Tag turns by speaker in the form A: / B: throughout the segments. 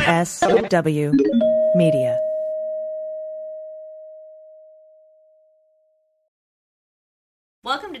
A: MSW Media.
B: Welcome to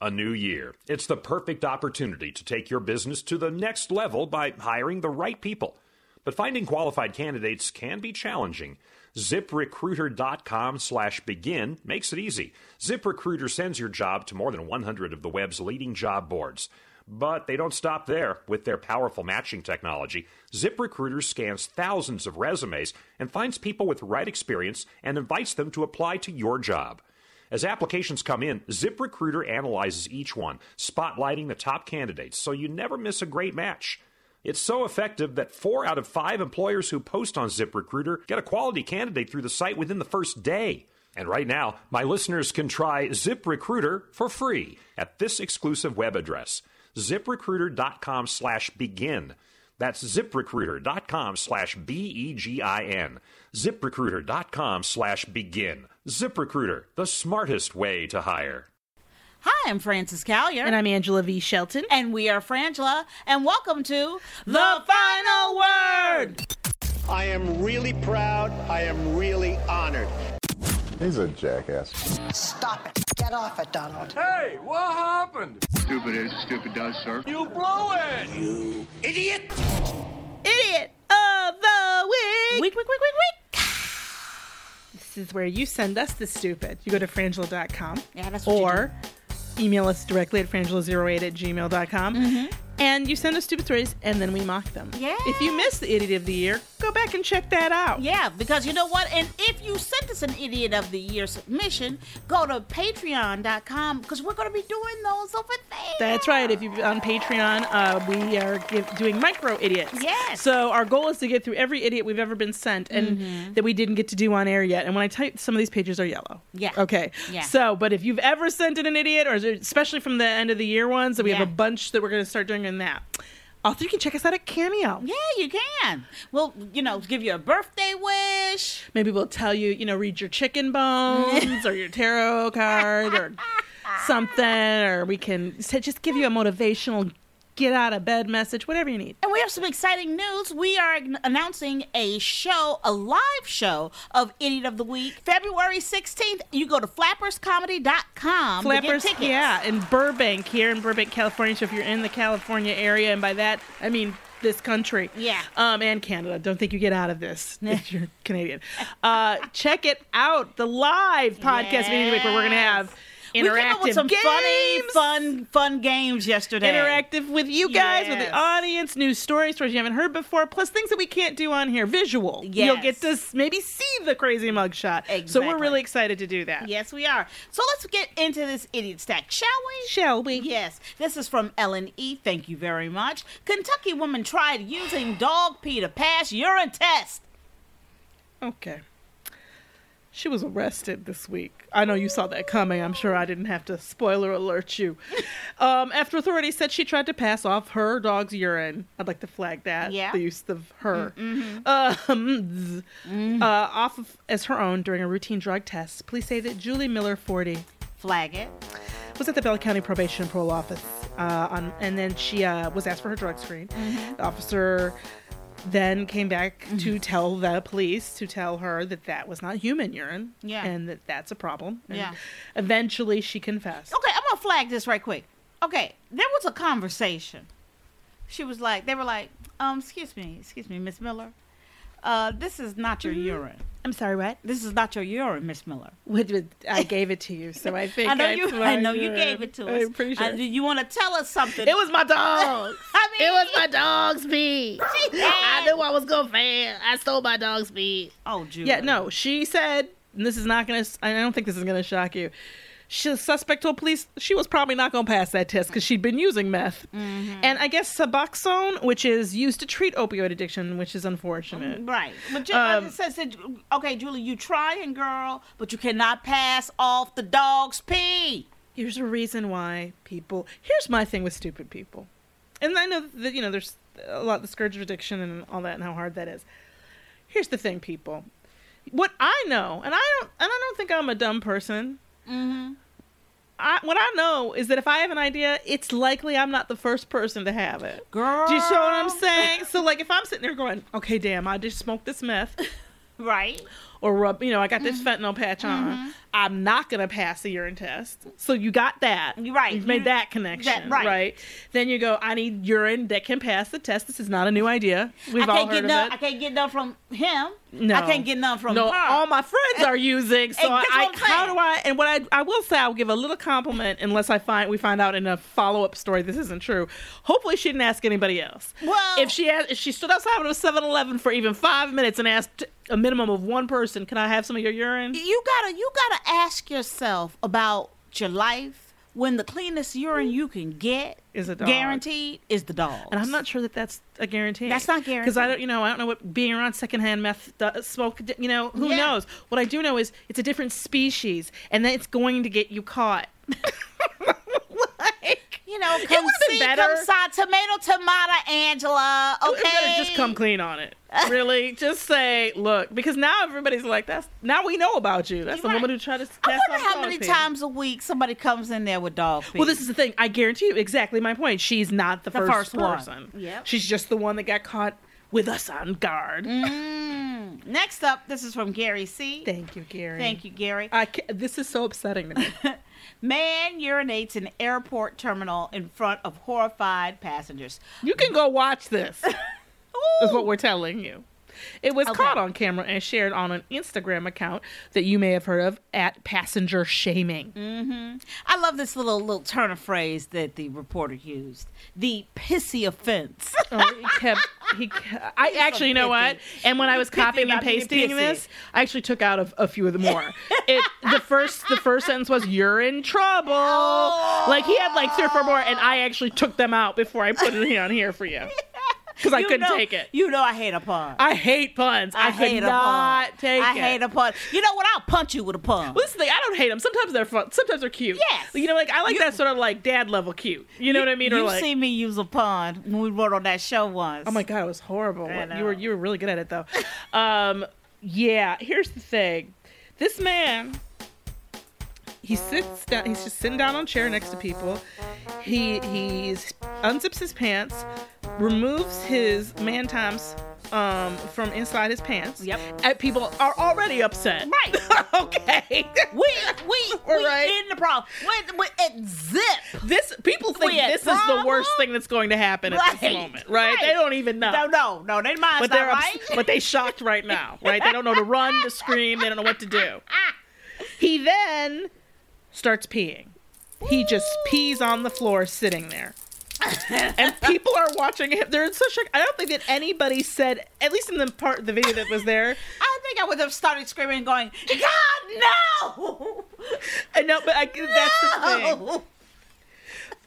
C: a new year. It's the perfect opportunity to take your business to the next level by hiring the right people. But finding qualified candidates can be challenging. ZipRecruiter.com slash begin makes it easy. ZipRecruiter sends your job to more than 100 of the web's leading job boards. But they don't stop there. With their powerful matching technology, ZipRecruiter scans thousands of resumes and finds people with the right experience and invites them to apply to your job. As applications come in, ZipRecruiter analyzes each one, spotlighting the top candidates so you never miss a great match. It's so effective that four out of five employers who post on ZipRecruiter get a quality candidate through the site within the first day. And right now, my listeners can try ZipRecruiter for free at this exclusive web address, ziprecruiter.com slash begin. That's ziprecruiter.com slash B E G I N. ZipRecruiter.com slash begin. ZipRecruiter, the smartest way to hire.
D: Hi, I'm Frances Callier.
E: And I'm Angela V. Shelton.
D: And we are Frangela. And welcome to The Final Word.
F: I am really proud. I am really honored.
G: He's a jackass.
H: Stop it. Get off it, Donald.
I: Hey, what happened?
F: Stupid is, stupid does, sir.
I: You blew it!
D: Idiot of the Week.
E: Week, week, week, week, week. This is where you send us the stupid. You go to frangela.com.
D: Yeah, that's what you
E: Or email us directly at frangela08 at gmail.com. And you send us stupid stories, and then we mock them.
D: Mm-hmm. Yeah.
E: If you missed the Idiot of the Year, go back and check that out.
D: Yeah, because you know what? And if you sent us an Idiot of the Year submission, go to patreon.com because we're going to be doing those over there.
E: That's right. If you're on Patreon, uh, we are give, doing micro idiots.
D: Yes.
E: So our goal is to get through every idiot we've ever been sent and
D: Mm-hmm.
E: that we didn't get to do on air yet. And when I type, some of these pages are yellow.
D: Yeah.
E: Okay.
D: Yeah.
E: So, but if you've ever sent in an idiot, or is there- especially from the end of the year ones, that we
D: Yeah.
E: have a bunch that we're going to start doing in that. Also, you can check us out at Cameo.
D: Yeah, you can. We'll, you know, give you a birthday wish.
E: Maybe we'll tell you, you know, read your chicken bones or your tarot card or something, or we can s- just give you a motivational get out of bed message, whatever you need.
D: And we have some exciting news. We are an- announcing a show, a live show of Idiot of the Week, February 16th. You go to flapperscomedy.com to get
E: Flappers,
D: tickets.
E: yeah, in Burbank here in Burbank, California. So if you're in the California area, and by that I mean this country,
D: Yeah.
E: um, and Canada. Don't think you get out of this if you're Canadian. Uh, check it out, the live podcast meeting week where we're gonna have
D: We came up with
E: Interactive
D: some funny,
E: games.
D: fun, fun games yesterday.
E: Interactive with you guys, with
D: Yes.
E: the audience, new stories, stories you haven't heard before, plus things that we can't do on here. Visual. You'll get to s- maybe see the crazy mugshot. So we're
D: Exactly.
E: really excited to do that.
D: Yes, we are. So let's get into this idiot stack, shall we? Shall we? Yes. This is from Ellen E. Thank you very much. Kentucky woman tried using dog pee to pass urine test.
E: Okay. She was arrested this week. I know you saw that coming. I'm sure I didn't have to spoiler alert you. um, after authorities said she tried to pass off her dog's urine, I'd like to flag that.
D: Yeah.
E: The use of her. Um, uh, off of, as her own during a routine drug test. Police say that Julie Miller, 40,
D: Flag it.
E: was at the Bell County Probation and Parole Office, uh, on, and then she uh, was asked for her drug screen.
D: Mm-hmm.
E: The officer then came back to tell the police to tell her that that was not human urine,
D: Yeah.
E: and that that's a problem. And
D: Yeah. Oh,
E: Eventually, she confessed.
D: Okay, I'm gonna flag this right quick. Okay, there was a conversation. She was like, they were like, um, excuse me, excuse me, Miss Miller. Uh, this is not your
E: Mm-hmm.
D: urine.
E: I'm sorry, what?
D: This is not your urine, Miss Miller.
E: What- what- I gave it to you, so I think
D: I know you. I
E: flagged
D: know you
E: it.
D: gave it to us.
E: I'm pretty sure.
D: I- you want to tell us something?
E: it was my dog.
D: I mean,
E: it was my dog's pee.
D: She
E: I
D: had-
E: knew I was gonna fail. I stole my dog's pee.
D: Oh, Julie.
E: Yeah, no, she said, and this is not going to, I don't think this is going to shock you. She, the suspect told police she was probably not going to pass that test because she'd been using meth. And I guess Suboxone, which is used to treat opioid addiction, which is unfortunate.
D: Right. But Ju-
E: Um,
D: it says that, okay, Julie, you trying, girl, but you cannot pass off the dog's pee.
E: Here's a reason why people, here's my thing with stupid people. And I know that, you know, there's a lot of the scourge of addiction and all that and how hard that is. Here's the thing, people. What I know, and I don't, and I don't think I'm a dumb person.
D: Mm-hmm.
E: I, what I know is that if I have an idea, it's likely I'm not the first person to have it.
D: Girl.
E: Do you show what I'm saying? So, like, if I'm sitting there going, okay, damn, I just smoked this meth
D: Right.
E: or rub, you know, I got this
D: Mm-hmm.
E: fentanyl patch on, I'm not going to pass the urine test. So, you got that.
D: You're right.
E: You've made
D: You-
E: that connection.
D: that- right.
E: Then you go, I need urine that can pass the test. This is not a new idea. We've
D: I
E: all
D: can't
E: heard
D: get
E: of
D: none.
E: it.
D: I can't get none from him.
E: No.
D: I can't get none from
E: no,
D: her.
E: all my friends are using. So
D: Hey, that's
E: I,
D: what I'm
E: how
D: saying.
E: do I? And what I I will say, I will give a little compliment unless I find we find out in a follow up story this isn't true. Hopefully, she didn't ask anybody else.
D: Well-
E: if she had, if she stood outside of a 7-Eleven for even five minutes and asked a minimum of one person, "Can I have some of your urine?"
D: you gotta you gotta ask yourself about your life when the cleanest urine you can get
E: Is a dog.
D: guaranteed is the dog.
E: And I'm not sure that that's a guarantee.
D: That's not
E: Because I
D: guaranteed.
E: don't, you know, I don't know what being around secondhand meth do- smoke, d- you know, who
D: Yeah.
E: knows? What I do know is it's a different species, and that it's going to get you caught. like,
D: You know,
E: It
D: come
E: would've
D: see,
E: been better.
D: come saw, tomato, tomato, Angela. Okay,
E: You better just come clean on it. Really, just say, look, because now everybody's like, that's now we know about you. That's the
D: You're
E: woman
D: right.
E: who tried to.
D: I
E: pass
D: wonder
E: off
D: how many
E: dog pee.
D: times a week somebody comes in there with dog pee.
E: Well, this is the thing. I guarantee you exactly my point. She's not the,
D: The
E: first,
D: first one.
E: person.
D: Yep.
E: She's just the one that got caught with us on guard.
D: Mm. Next up, this is from Gary C.
E: Thank you, Gary.
D: Thank you, Gary.
E: I ca this is so upsetting to me.
D: Man urinates in airport terminal in front of horrified passengers.
E: You can go watch this. is what
D: Ooh.
E: we're telling you. It was
D: Okay.
E: caught on camera and shared on an Instagram account that you may have heard of at passenger shaming.
D: I love this little little turn of phrase that the reporter used. The pissy offense.
E: Oh, he kept. He. ke- I actually, you know what? And when I was
D: Pithy
E: copying and
D: about being
E: pasting
D: pissy.
E: this, I actually took out a, a few of the more. It the first the first sentence was "You're in trouble." Like he had like three or four more, and I actually took them out before I put it on here for you because I
D: You
E: couldn't
D: know-
E: take it.
D: You know I hate a pun.
E: I hate puns. I, could
D: hate a
E: not
D: pun.
E: take
D: I
E: it.
D: hate a pun. You know what? I'll punch you with a pun.
E: Well, this is the thing. I don't hate them. Sometimes they're fun. Sometimes they're cute.
D: Yes.
E: You know, like I like that sort of like dad level cute. You know what I mean? Or
D: You've
E: like,
D: seen me use a pun when we wrote on that show once.
E: oh my god, it was horrible. What- You
D: know.
E: were you were really good at it though. um, yeah. Here's the thing. This man, he sits down. He's just sitting down on a chair next to people. He he unzips his pants, removes his man times um from inside his pants.
D: Yep.
E: And people are already upset.
D: Right.
E: okay.
D: we we
E: All
D: we
E: right.
D: in the problem. We, we, it zip.
E: This people think
D: We had
E: this is the
D: problem?
E: worst thing that's going to happen at this
D: Right,
E: moment, right?
D: right.
E: They don't even know.
D: No, no, no. They mind's
E: Uh,
D: not
E: but they're
D: right.
E: ups- but they shocked right now, right? They don't know to run, to scream, they don't know what to do. He then starts peeing. He just pees on the floor sitting there. and people are watching him. They're in such a. I don't think that anybody said, at least in the part of the video that was there.
D: I think I would have started screaming, going, "God, no!"
E: I know, but I, that's the thing.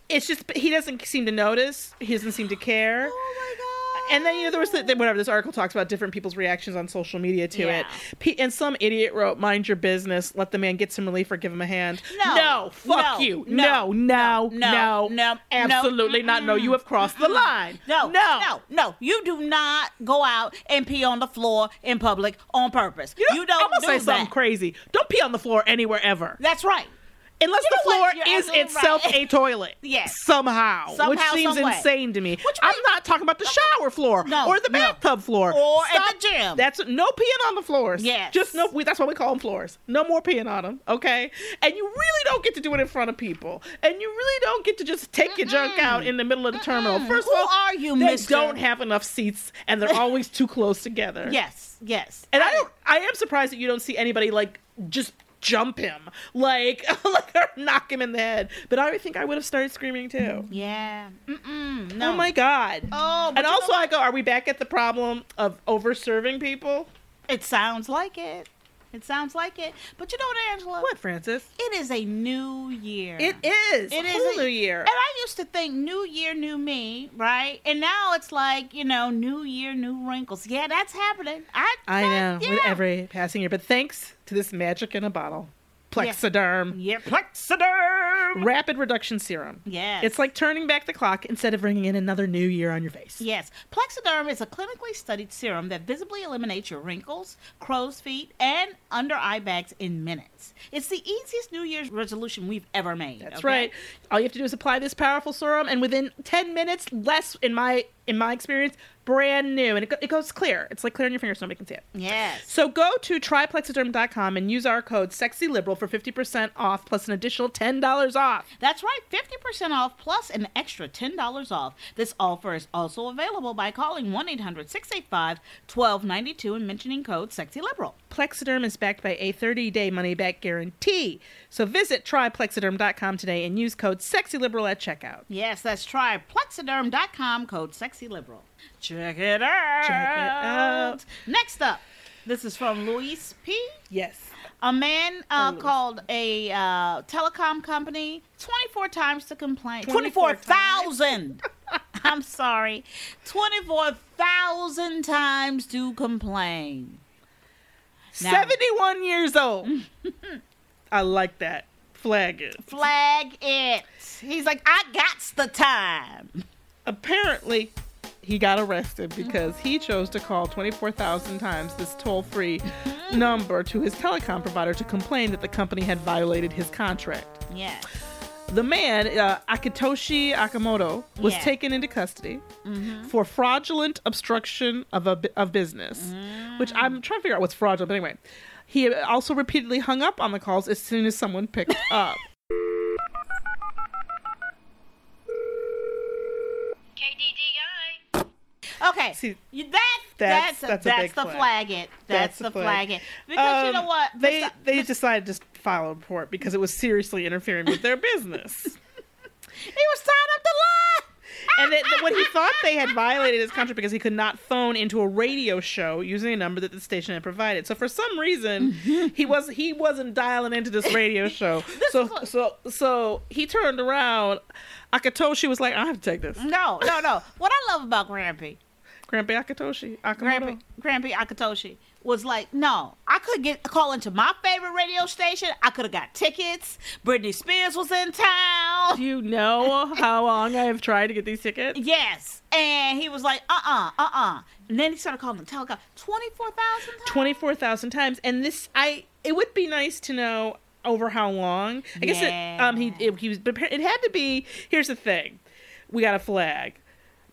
E: It's just but he doesn't seem to notice. He doesn't seem to care. Oh my god! And then you know there was the, the- whatever this article talks about different people's reactions on social media to
D: Yeah.
E: it. P- and some idiot wrote, "Mind your business. Let the man get some relief or give him a hand."
D: No. No.
E: fuck you.
D: No.
E: No, no, no,
D: No.
E: no,
D: No.
E: absolutely not. No, you have crossed the line.
D: No, no, no, no. You do not go out and pee on the floor in public on purpose. You, don't
E: I'm gonna
D: do
E: say
D: that.
E: something crazy. Don't pee on the floor anywhere ever.
D: That's right.
E: Unless
D: You
E: the
D: know
E: floor
D: what? You're
E: is
D: absolutely
E: itself
D: right.
E: a toilet.
D: Yes.
E: Somehow. which
D: Somehow,
E: seems
D: some way.
E: insane to me. I'm not talking about the shower floor
D: No,
E: or the
D: no.
E: bathtub floor.
D: Or at
E: Stop-
D: the gym.
E: That's no peeing on the floors.
D: Yes.
E: Just no we, that's why we call them floors. No more peeing on them, okay? And you really don't get to do it in front of people. And you really don't get to just take your junk out in the middle of the terminal. First
D: Who
E: of all,
D: are you,
E: they
D: mister?
E: don't have enough seats and they're always too close together.
D: Yes, yes.
E: And I don't. I am surprised that you don't see anybody like just jump him, like like or knock him in the head. But I would think I would have started screaming too.
D: Yeah. Mm-mm. No.
E: Oh my god.
D: Oh, but
E: and
D: you know
E: also I go, are we back at the problem of over serving people?
D: It sounds like it. It sounds like it. But you know what, Angela?
E: What, Francis?
D: It is a new year.
E: It is.
D: It
E: a
D: is
E: whole
D: a-
E: new year.
D: And I used to think new year, new me, right? And now it's like, you know, new year, new wrinkles. Yeah, that's happening. I,
E: I know
D: yeah.
E: with every passing year, but thanks to this magic in a bottle, Plexiderm.
D: Yeah, Plexiderm.
E: Rapid reduction serum.
D: Yes.
E: It's like turning back the clock instead of bringing in another new year on your face.
D: Yes, Plexiderm is a clinically studied serum that visibly eliminates your wrinkles, crow's feet, and under eye bags in minutes. It's the easiest New Year's resolution we've ever made.
E: That's
D: okay?
E: right. All you have to do is apply this powerful serum, and within ten minutes, less in my in my experience, brand new, and it, go, it goes clear. It's like clear on your fingers, so nobody can see it.
D: Yes.
E: So go to triplexiderm.com and use our code SEXYLIBERAL for fifty percent off plus an additional ten dollars off.
D: That's right, 50% off plus an extra $10 off. This offer is also available by calling 1 800 685 1292 and mentioning code SEXYLIBERAL.
E: Plexiderm is backed by a 30-day money-back guarantee. So visit triplexiderm.com today and use code SEXYLIBERAL at checkout.
D: Yes, that's try plexiderm.com code SEXYLIBERAL. Check it out.
E: Check it out.
D: Next up, this is from Luis P.
E: Yes.
D: A man uh, called a uh, telecom company 24 times to complain. 24,000! I'm sorry. 24,000 times to complain. Now-
E: 71 years old. I like that. Flag it.
D: Flag it. He's like, I got's the time.
E: apparently he got arrested because he chose to call 24,000 times this toll free number to his telecom provider to complain that the company had violated his contract.
D: Yes.
E: The man, uh, Akitoshi Akamoto, was
D: Yeah.
E: taken into custody for fraudulent obstruction of, a, bu- of business, which I'm trying to figure out what's fraudulent, but anyway. He also repeatedly hung up on the calls as soon as someone picked up.
D: Okay.
E: See,
D: You- that, that's,
E: that's- that's
D: that's,
E: a big
D: the
E: flag.
D: flag. it. That's, the flag. it. Because
E: Um,
D: you know what?
E: They
D: Mr.
E: they decided to file a report because it was seriously interfering with their business.
D: he was tied up the line.
E: and that, that when he thought they had violated his contract because he could not phone into a radio show using a number that the station had provided. So for some reason, he was he wasn't dialing into this radio show. so so so he turned around. Akatoshi was like, "I have to take this."
D: No, no, no. What I love about Grampy
E: Grandpa Akatoshi, Akamoto.
D: Grampy, Grampy Akatoshi was like, no, I could get call into my favorite radio station. I could have got tickets. Britney Spears was in
E: Do
D: town.
E: you know how long I have tried to get these tickets?
D: Yes. And he was like, uh-uh, uh-uh. And then he started calling the telecom 24,000 times?
E: 24,000 times and this I it would be nice to know over how long. I guess it, um he it, he was but it had to be here's the thing. We got a flag.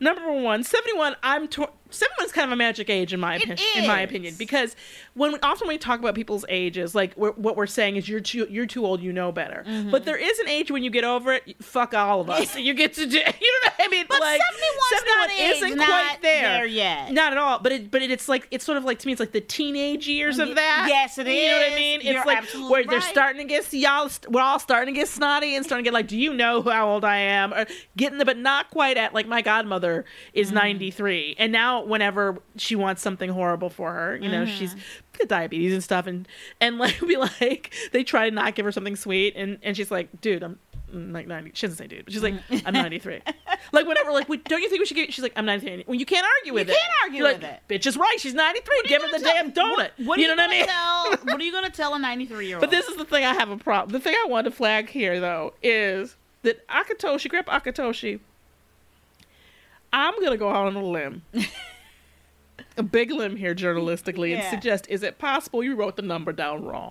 E: Number 1, 71 I'm tw- Seven's kind of a magic age in my opinion. In my opinion, because when often when we talk about people's ages, like we're, what we're saying is you're too you're too old, you know better.
D: Mhm.
E: But there is an age when you get over it. Fuck all of us. you get to do. You know what I mean?
D: But
E: like
D: 71's not age,
E: isn't
D: not
E: quite there.
D: there yet.
E: Not at all. But it but it, it's like it's sort of like to me it's like the teenage years of
D: Ye-
E: that.
D: yes, it
E: You know what I
D: is.
E: mean?
D: You're
E: it's like
D: absolutely
E: where they're
D: right.
E: starting to get see, y'all. st- We're all starting to get snotty and starting to get like, do you know who- how old I am? Or getting the but not quite at like my godmother
D: Mm.
E: is ninety three, and now whenever she wants something horrible for her, you know
D: Mhm.
E: she's got diabetes and stuff, and and like be like they try to not give her something sweet, and and she's like, dude, I'm. I'm Like ninety, she doesn't say dude, but she's like,
D: Mm.
E: I'm ninety three, like whatever. Like, we, don't you think we should give? She's like, I'm ninety three. Well, you can't argue with
D: You
E: it.
D: can't argue
E: You're
D: with
E: like,
D: it.
E: Bitch is right. She's ninety three. Give her the damn donut.
D: What are
E: you
D: you,
E: know what I
D: gonna
E: mean?
D: tell? What are you gonna tell a 93 year old?
E: But this is the thing I have a problem. The thing I want to flag here, though, is that Akatoshi, Grandpa Akatoshi, I'm going to go out on a limb, a big limb here journalistically, and
D: Yeah.
E: suggest is it possible you wrote the number down wrong?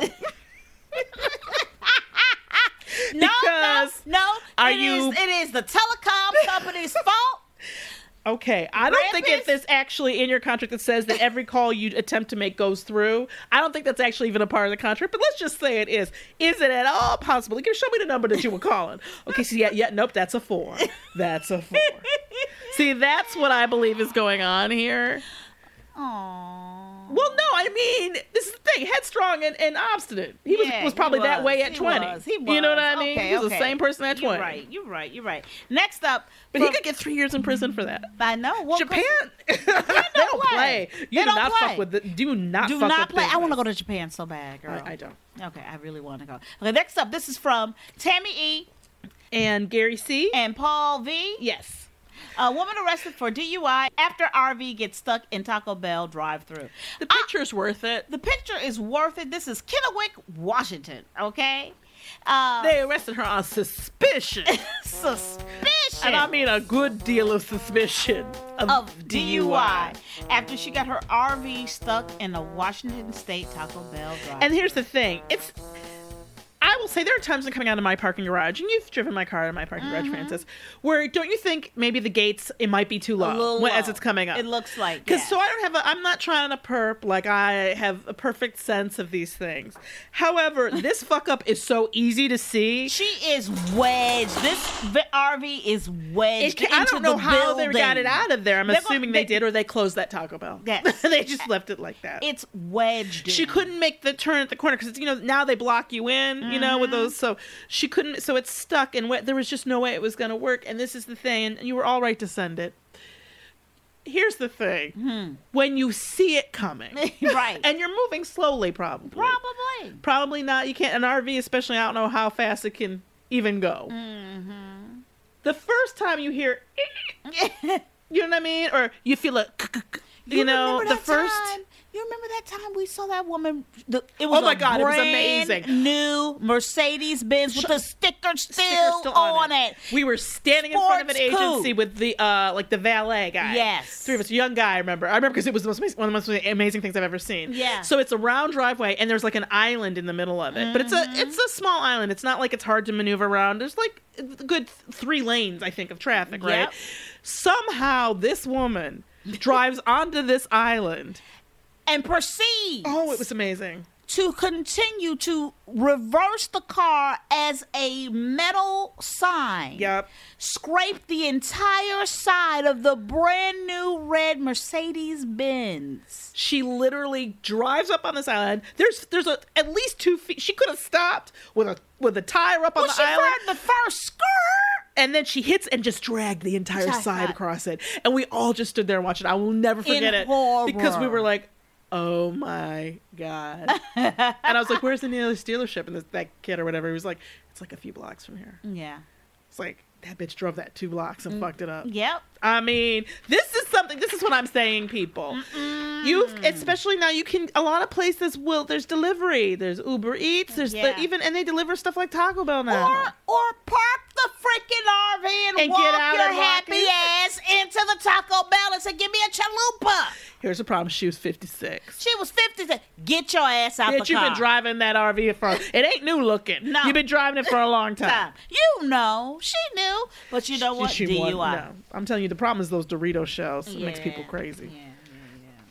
D: no,
E: because
D: no, no.
E: are
D: it is-
E: you-
D: it is the telecom company's fault.
E: Okay, I don't think
D: Grandpa's-
E: if there's actually in your contract that says that every call you attempt to make goes through, I don't think that's actually even a part of the contract. But let's just say it is. Is it at all possible? Like, show me the number that you were calling. Okay, so yeah, yeah, nope, that's a four. That's a four. See, that's what I believe is going on here. Aww. Well, no, I mean, this is the thing. Headstrong and, and obstinate. He was,
D: Yeah,
E: was probably that way at
D: he
E: 20.
D: was, he
E: You know what I
D: was.
E: mean?
D: Okay,
E: he was
D: okay.
E: the same person at 20.
D: You're right. You're right. You're right. Next up,
E: But he could get three years in prison for that.
D: I know. Well,
E: Japan, they don't play. You
D: They
E: do
D: don't
E: not
D: play.
E: fuck with. The, do not.
D: do
E: fuck
D: not
E: with
D: play. I
E: business.
D: want to go to Japan so bad, girl.
E: I, I don't.
D: Okay, I really want to go. Okay, next up, this is from Tammy E.
E: And Gary C.
D: And Paul V.
E: Yes.
D: A woman arrested for DUI after RV gets stuck in Taco Bell drive-through.
E: The picture's worth it.
D: The picture is worth it. This is Kennewick, Washington. Okay. Uh,
E: They arrested her on suspicion,
D: suspicion.
E: and I mean a good deal of suspicion of,
D: of DUI after she got her RV stuck in a Washington State Taco Bell drive.
E: And here's the thing: it's. I will say there are times when coming out of my parking garage, and you've driven my car out of my parking
D: Mm-hmm.
E: garage, Francis, where don't you think maybe the gates it might be too low,
D: little
E: when- as
D: low.
E: it's coming up?
D: It looks like
E: Because
D: yeah.
E: so I don't have a, I'm not trying to perp. Like I have a perfect sense of these things. However, this fuck up is so easy to see.
D: she is wedged. This v- RV is
E: It
D: wedged.
E: ca- I
D: into
E: don't know
D: the
E: how they got
D: building.
E: it out of there. I'm
D: They're gonna-
E: assuming they, did, or they closed that Taco Bell.
D: Yes.
E: they just left it like that.
D: It's wedged.
E: she
D: in.
E: couldn't make the turn at the corner because you know now they block you in you know
D: Mm-hmm.
E: with those so she couldn't so it's stuck and what there was just no way it was going to work and this is the thing and you were all right to send it here's the thing when you see it coming
D: Hmm. Right.
E: and you're moving slowly probably
D: Probably.
E: probably not you can't an rv especially i don't know how fast it can even go
D: Mm-hmm.
E: the first time you hear you know what i mean or you feel a you, know
D: remember
E: the
D: that
E: first
D: time- You remember that time we saw that woman? The, it was
E: Oh my
D: a
E: God, it was
D: brand
E: amazing.
D: New Mercedes Benz with the sticker still,
E: sticker still on, it.
D: it.
E: We were standing in front of an
D: Sports
E: agency
D: coupe.
E: with the uh like the valet guy.
D: Yes.
E: three of us, young guy. I remember. I remember because it was the most amazing, one of the most amazing things I've ever seen.
D: Yeah.
E: So it's a round driveway, and there's like an island in the middle of it, but it's a
D: Mm-hmm.
E: it's a small island. It's not like it's hard to maneuver around. There's like a good th- three lanes, I think, of traffic. Right.
D: Yep.
E: Somehow this woman drives onto this island.
D: and proceeds
E: Oh, it was amazing.
D: to continue to reverse the car as a metal sign.
E: Yep.
D: Scrape the entire side of the brand new red Mercedes Benz.
E: She literally drives up on this island. There's there's a at least two feet. She could have stopped with a with a tire up on
D: Well,
E: the
D: she
E: island,
D: fired the first skirt.
E: and then she hits and just dragged the entire
D: Entire
E: side
D: side.
E: across it. And we all just stood there and watched it. I will never forget it
D: horror.
E: because we were like, "Oh my god!" and I was like, "Where's the nearest dealership?" And this, that kid or whatever he was like, "It's like a few blocks from here."
D: Yeah.
E: It's like that bitch drove that two blocks
D: Mm,
E: and fucked it up.
D: Yep.
E: I mean, this is something. This is what I'm saying, people. You, especially now, you can. A lot of places will. There's delivery. There's Uber Eats. There's the,
D: Yeah.
E: even, and they deliver stuff like Taco Bell now.
D: Or or park the a freaking RV and,
E: And
D: walk
E: get out
D: your
E: and rock
D: happy
E: it.
D: ass into the Taco Bell and say, "Give me a chalupa."
E: Here's the problem. She was 56.
D: She was fifty. said, Get your ass out
E: Bitch,
D: the
E: you've
D: car.
E: been driving that RV for. It ain't new looking.
D: No.
E: You've been driving it for a long time.
D: time. You know, she knew, but you know what?
E: She
D: DUI.
E: won- no. I'm telling you, the problem is those Dorito shells. It makes
D: Yeah,
E: people crazy.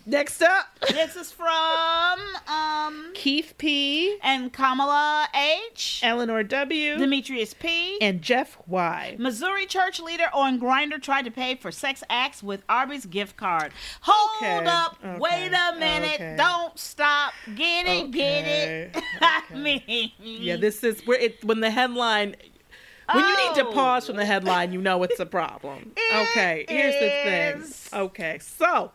E: Next up,
D: This is from um
E: Keith P.
D: and Kamala H.
E: Eleanor W.
D: Demetrius P.
E: and Jeff Y.
D: Missouri church leader on Grinder tried to pay for sex acts with Arby's gift card. Hold
E: Okay,
D: up,
E: okay,
D: wait a minute,
E: okay.
D: don't stop. Get it, get it.
E: Okay,
D: I mean,
E: Yeah, this is where it when the headline. When you need to
D: Oh.
E: pause from the headline, you know it's a problem. Okay, here's the
D: is.
E: thing. Okay, so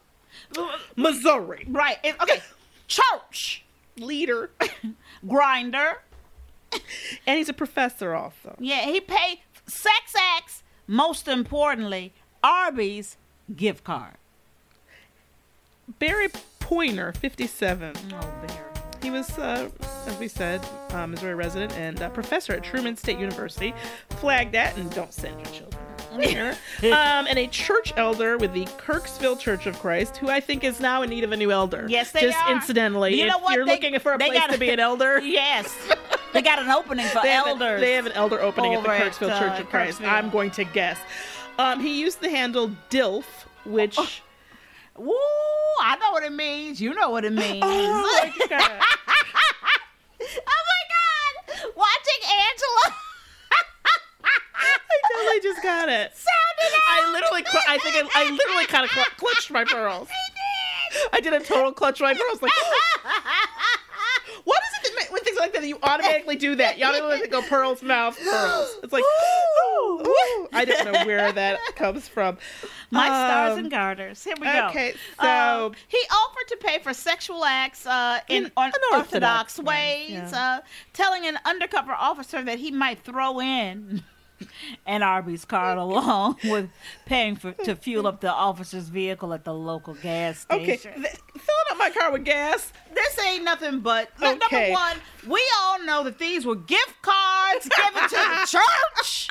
E: Missouri
D: right. it- okay, church
E: leader,
D: Grinder.
E: and he's a professor also.
D: Yeah, he paid sex acts. Most importantly, Arby's gift card.
E: Barry Pointer, 57.
D: Oh, there.
E: He was, uh, as we said, a Missouri resident and a professor at Truman State University. Flag that and don't send your children. there. um, and a church elder with the Kirksville Church of Christ, who I think is now in need of a new elder.
D: Yes, they
E: Just
D: are.
E: incidentally,
D: You
E: if
D: know what?
E: you're
D: They-
E: looking for a
D: they
E: place
D: gotta-
E: to be an elder.
D: Yes, they got an opening for
E: They have, an-
D: elders.
E: they have an elder opening at the
D: over at,
E: Kirksville
D: uh,
E: Church of Christ.
D: Kirksville.
E: I'm going to guess. Um, he used the handle DILF, which
D: Oh. Woo! I know what it means. You know what it means.
E: Oh my God.
D: Oh my God! Watching Angela
E: I totally just got it.
D: sounded out.
E: I literally, cl- I think I, I literally kind of cl- clutched my pearls. I did a total clutch my pearls. Like, what is it that, ma- with things like that that you automatically do that? You automatically go pearls, mouth, pearls. It's like, ooh, ooh. I don't know where that comes from.
D: My stars
E: Um,
D: and garters. Here we go.
E: Okay, so
D: Um, he offered to pay for sexual acts uh, in
E: In
D: un- orthodox
E: unorthodox
D: ways,
E: yeah.
D: uh, telling an undercover officer that he might throw in an Arby's card along with paying for to fuel up the officer's vehicle at the local gas station.
E: okay, th- filling up my car with gas.
D: This ain't nothing but look,
E: Okay.
D: number one. We all know that these were gift cards given to the church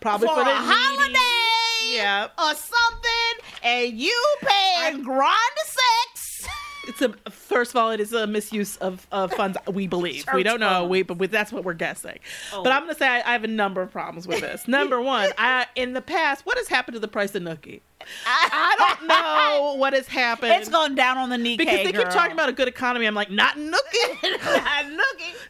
E: Probably
D: for
E: for,
D: a
E: the
D: holiday
E: Yeah,
D: or something, and you paying grind sex.
E: it's a first of all, it is a misuse of, of funds. We believe we
D: Church
E: don't know.
D: funds. Oh.
E: We but we, that's what we're guessing. But I'm gonna say I, I have a number of problems with this. Number one, I in the past, what has happened to the price of nookie? I don't know what has happened.
D: It's going down on the knee
E: because they keep talking about a good economy. I'm like, not nookie.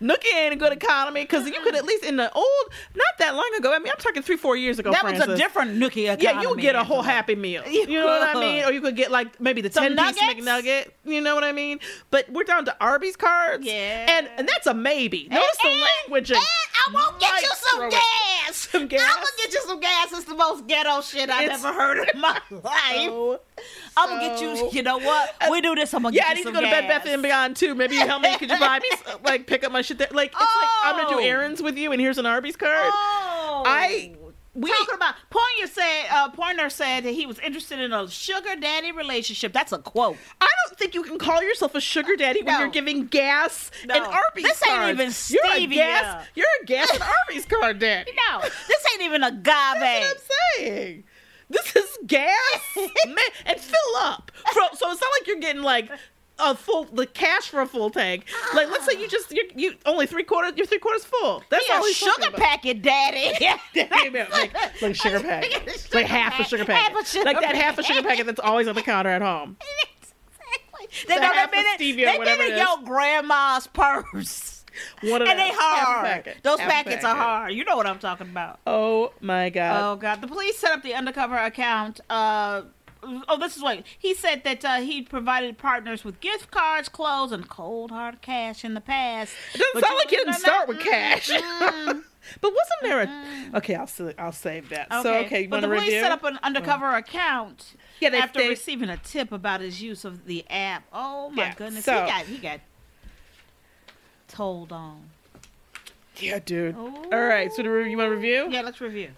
E: Nookie ain't a good economy because you could at least in the old, not that long ago. I mean, I'm talking three, four years ago.
D: That
E: Francis.
D: was a different nookie economy.
E: Yeah, you would get a whole
D: Angela.
E: happy meal. You know what I mean? Or you could get like maybe the
D: Some
E: ten piece
D: nuggets?
E: McNugget. You know what I mean? But we're down to Arby's cards.
D: Yeah.
E: And and that's a maybe. Notice
D: and-
E: the language.
D: And I won't get you some
E: gas.
D: gas.
E: Some gas?
D: I'm gonna get you some gas. It's the most ghetto shit I've
E: It's-
D: ever heard in my life. I'm gonna get
E: so-
D: you. You know what? We do this. I'm gonna
E: Yeah, I
D: get
E: need
D: you
E: to
D: some
E: go to Bed
D: gas.
E: Bath and Beyond too. Maybe you help me. Could you buy me s- like pick up my shit there? Like it's like I'm gonna
D: Oh.
E: do errands with you, and here's an Arby's card.
D: Oh,
E: I-
D: we talking about Pointer said. Uh, Pointer said that he was interested in a sugar daddy relationship. That's a quote.
E: I don't think you can call yourself a sugar daddy when
D: No.
E: you're giving gas
D: No.
E: and Arby's
D: This ain't
E: cards.
D: even
E: You're a gas.
D: stevia.
E: You're a gas and Arby's card daddy.
D: No, Oh, this ain't even a
E: That's
D: agave.
E: what I'm saying. This is gas, man, and fill up. Fro- so it's not like you're getting like a full the cash for a full tank. Like let's say you just you're, you only three quarters. You're three quarters full. That's
D: He
E: all
D: a
E: he's talking
D: sugar
E: about.
D: packet daddy.
E: Hey, man, like, like sugar packet, like half a sugar packet,
D: Half a sugar
E: like that half a sugar packet that's always on the counter at home.
D: Exactly. They
E: The
D: know
E: half
D: that minute.
E: of stevia,
D: They
E: whatever
D: minute
E: it is.
D: your grandma's purse.
E: One of
D: And they
E: those, half a
D: hard.
E: packet,
D: Those
E: half a
D: packets are
E: packet.
D: hard. You know what I'm talking about.
E: Oh my god!
D: Oh God! The police set up the undercover account. Uh, oh, this is what he said that uh, he provided partners with gift cards, clothes, and cold hard cash in the past.
E: it doesn't
D: Oh. But
E: sound
D: you-
E: like you
D: no,
E: didn't
D: no,
E: start with
D: mm,
E: cash.
D: mm.
E: But wasn't there a? Okay, I'll s- I'll save that. So okay, you
D: but
E: want
D: the
E: to
D: police
E: review?
D: set up an undercover account.
E: Yeah, they-
D: after
E: they-
D: receiving a tip about his use of the app. Oh my
E: Yeah,
D: goodness!
E: so-
D: He got he got told on.
E: yeah, dude. All right, so do you want to review?
D: Yeah, let's review.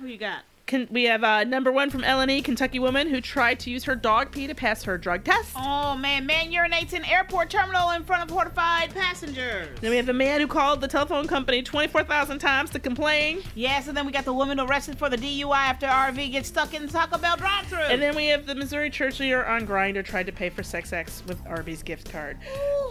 D: Who you got?
E: Can, we have uh, number one from Eleni, Kentucky woman who tried to use her dog pee to pass her drug test.
D: Oh man, man urinates in airport terminal in front of hortified passengers.
E: Then we have the man who called the telephone company 24,000 times to complain.
D: Yes, and then we got the woman arrested for the DUI after RV gets stuck in Taco Bell drive-thru.
E: And then we have the Missouri church leader on Grinder tried to pay for sex acts with Arby's gift card.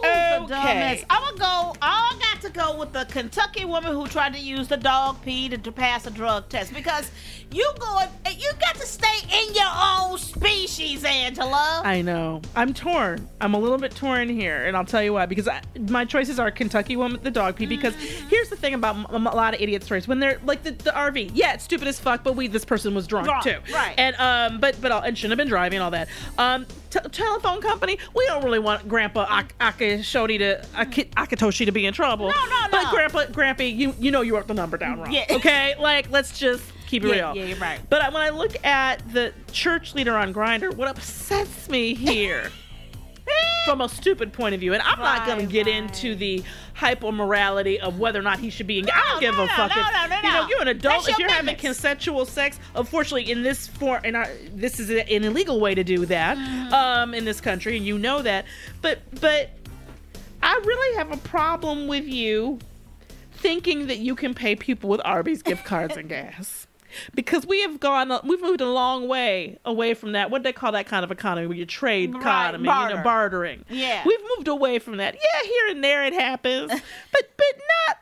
D: the dumbest. I'ma go. I got to go with the Kentucky woman who tried to use the dog pee to, to pass a drug test because you going. You got to stay in your own species, Angela.
E: I know. I'm torn. I'm a little bit torn here, and I'll tell you why. Because I, my choices are Kentucky woman, the dog pee. Because
D: Mm-hmm.
E: here's the thing about m- m- a lot of idiot stories when they're like the, the RV. Yeah, it's stupid as fuck, but we this person was drunk
D: Drunk,
E: too.
D: right.
E: And um, but but all, and shouldn't have been driving and all that. Um, t- telephone company. We don't really want Grandpa Ak- Akashoti to Aki- Akatoshi to be in trouble.
D: No, no,
E: But
D: no.
E: Grandpa, Grampy, you you know you wrote the number down wrong.
D: Yeah.
E: Okay. Like let's just keep it
D: Yeah,
E: real.
D: yeah, you're right.
E: But I- when I look at the church leader on Grinder, what upsets me here, from a stupid point of view, and I'm not going
D: Right,
E: to get into the hypo morality of whether or not he should be. engaged. I don't
D: No,
E: give
D: no,
E: a
D: no,
E: fuck.
D: no,
E: if-
D: no, no,
E: you know,
D: no.
E: you're an adult.
D: That's
E: if
D: your
E: you're having
D: business.
E: consensual sex, unfortunately, in this form, and I, this is an illegal way to do that
D: Mm.
E: um, in this country, and you know that. But but I really have a problem with you thinking that you can pay people with Arby's gift cards and gas. Because we have gone, we've moved a long way away from that. What do they call that kind of economy? Where you trade
D: Right,
E: economy, you
D: barter.
E: know, bartering.
D: Yeah.
E: we've moved away from that. Yeah, here and there it happens, but but not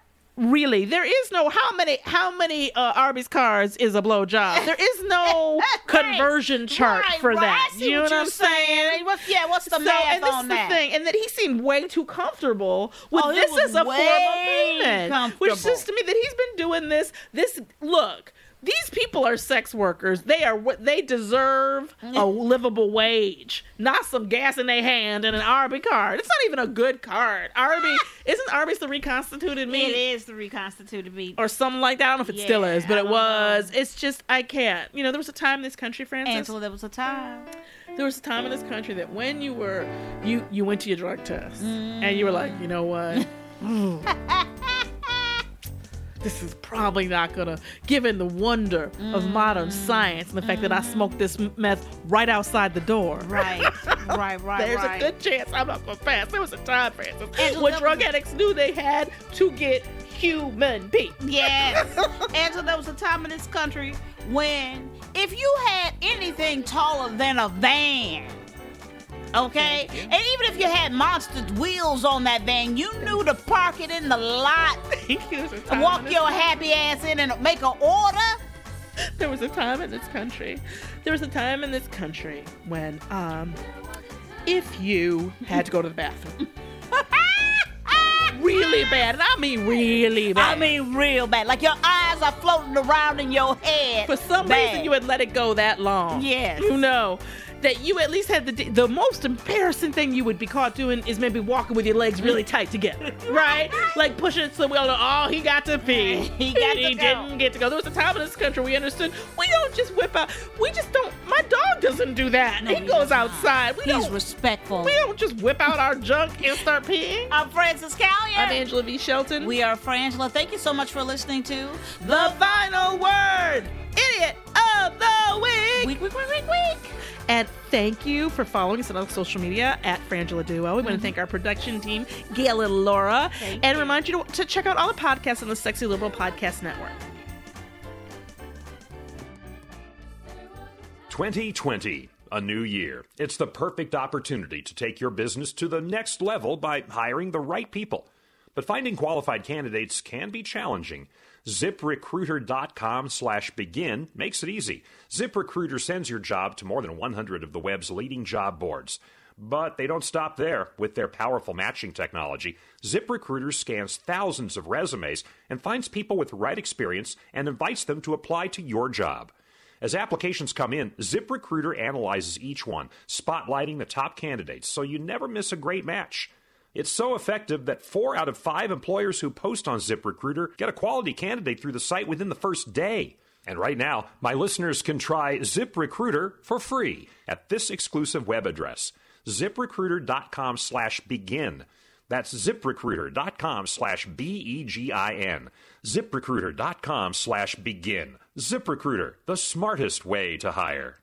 E: really. There is no how many how many uh, Arby's cards is a blowjob. There is no conversion chart
D: Right,
E: for
D: right,
E: that.
D: I see
E: you know
D: what
E: what
D: you're
E: I'm saying?
D: Hey, what's- yeah, what's the
E: so,
D: math
E: and this
D: on
E: is
D: that?
E: the thing, and that he seemed way too comfortable with
D: Oh, he
E: this
D: was
E: as a form of
D: way
E: payment, which
D: comfortable.
E: says to me that he's been doing this. This look, these people are sex workers. They are what they deserve a
D: Mm.
E: livable wage, not some gas in their hand and an Arby card. It's not even a good card. Arby isn't Arby's the reconstituted meat
D: Ah. It is the reconstituted meat.
E: or something like that. I don't know if it
D: Yeah,
E: still is,
D: I
E: but it
D: don't
E: was. It's just I can't. You know, there was a time in this country, Francis.
D: Angela, there was a time.
E: There was a time in this country that when you were you you went to your drug test and you were like, you know what? Ooh. This is probably not gonna, given the wonder of modern science and the fact that I smoked this meth right outside the door.
D: Right, right, right,
E: There's
D: right.
E: a good chance I'm not gonna pass. There was a time, Francis,
D: Angela,
E: when
D: that
E: drug
D: was-
E: addicts knew they had to get human pee.
D: Yes. Angela, there was a time in this country when if you had anything taller than a van, okay, and even if you had monster wheels on that van, you knew to park it in the lot,
E: There was a time in
D: and walk
E: this
D: your happy ass in and make an order.
E: there was a time in this country. There was a time in this country when, um, if you had to go to the bathroom, really bad, and I mean really
D: I
E: bad.
D: mean, real bad. Like your eyes are floating around in your head.
E: for some
D: Bad.
E: reason you had let it go that long.
D: Yes.
E: you know that you at least had the the most embarrassing thing you would be caught doing is maybe walking with your legs really tight together, right? Like pushing it so we all know. Oh, he got to pee.
D: He got
E: he
D: to go.
E: didn't get to go. There was a time in this country we understood we don't just whip out. We just don't. My dog doesn't do that.
D: No,
E: he
D: he
E: goes
D: does not.
E: outside. We
D: He's
E: don't.
D: respectful.
E: we don't just whip out our junk and start peeing.
D: I'm Francis Callier.
E: I'm Angela V. Shelton.
D: We are Frangela. Thank you so much for listening to
E: the final word, idiot of the week.
D: Week, Week, Week, Week, Week.
E: And thank you for following us on all social media at Frangela Duo. We want to
D: Mm-hmm.
E: thank our production team, Gail and Laura, and remind you to, to check out all the podcasts on the Sexy Liberal Podcast Network.
C: 2020, a new year. It's the perfect opportunity to take your business to the next level by hiring the right people. But finding qualified candidates can be challenging. ZipRecruiter.com slash begin makes it easy. ZipRecruiter sends your job to more than 100 of the web's leading job boards. But they don't stop there. With their powerful matching technology, ZipRecruiter scans thousands of resumes and finds people with the right experience and invites them to apply to your job. As applications come in, ZipRecruiter analyzes each one, spotlighting the top candidates so you never miss a great match. It's so effective that four out of five employers who post on ZipRecruiter get a quality candidate through the site within the first day. And right now, my listeners can try ZipRecruiter for free at this exclusive web address, ziprecruiter.com slash begin. That's ziprecruiter.com slash B E G I N. ZipRecruiter.com slash begin. ZipRecruiter, the smartest way to hire.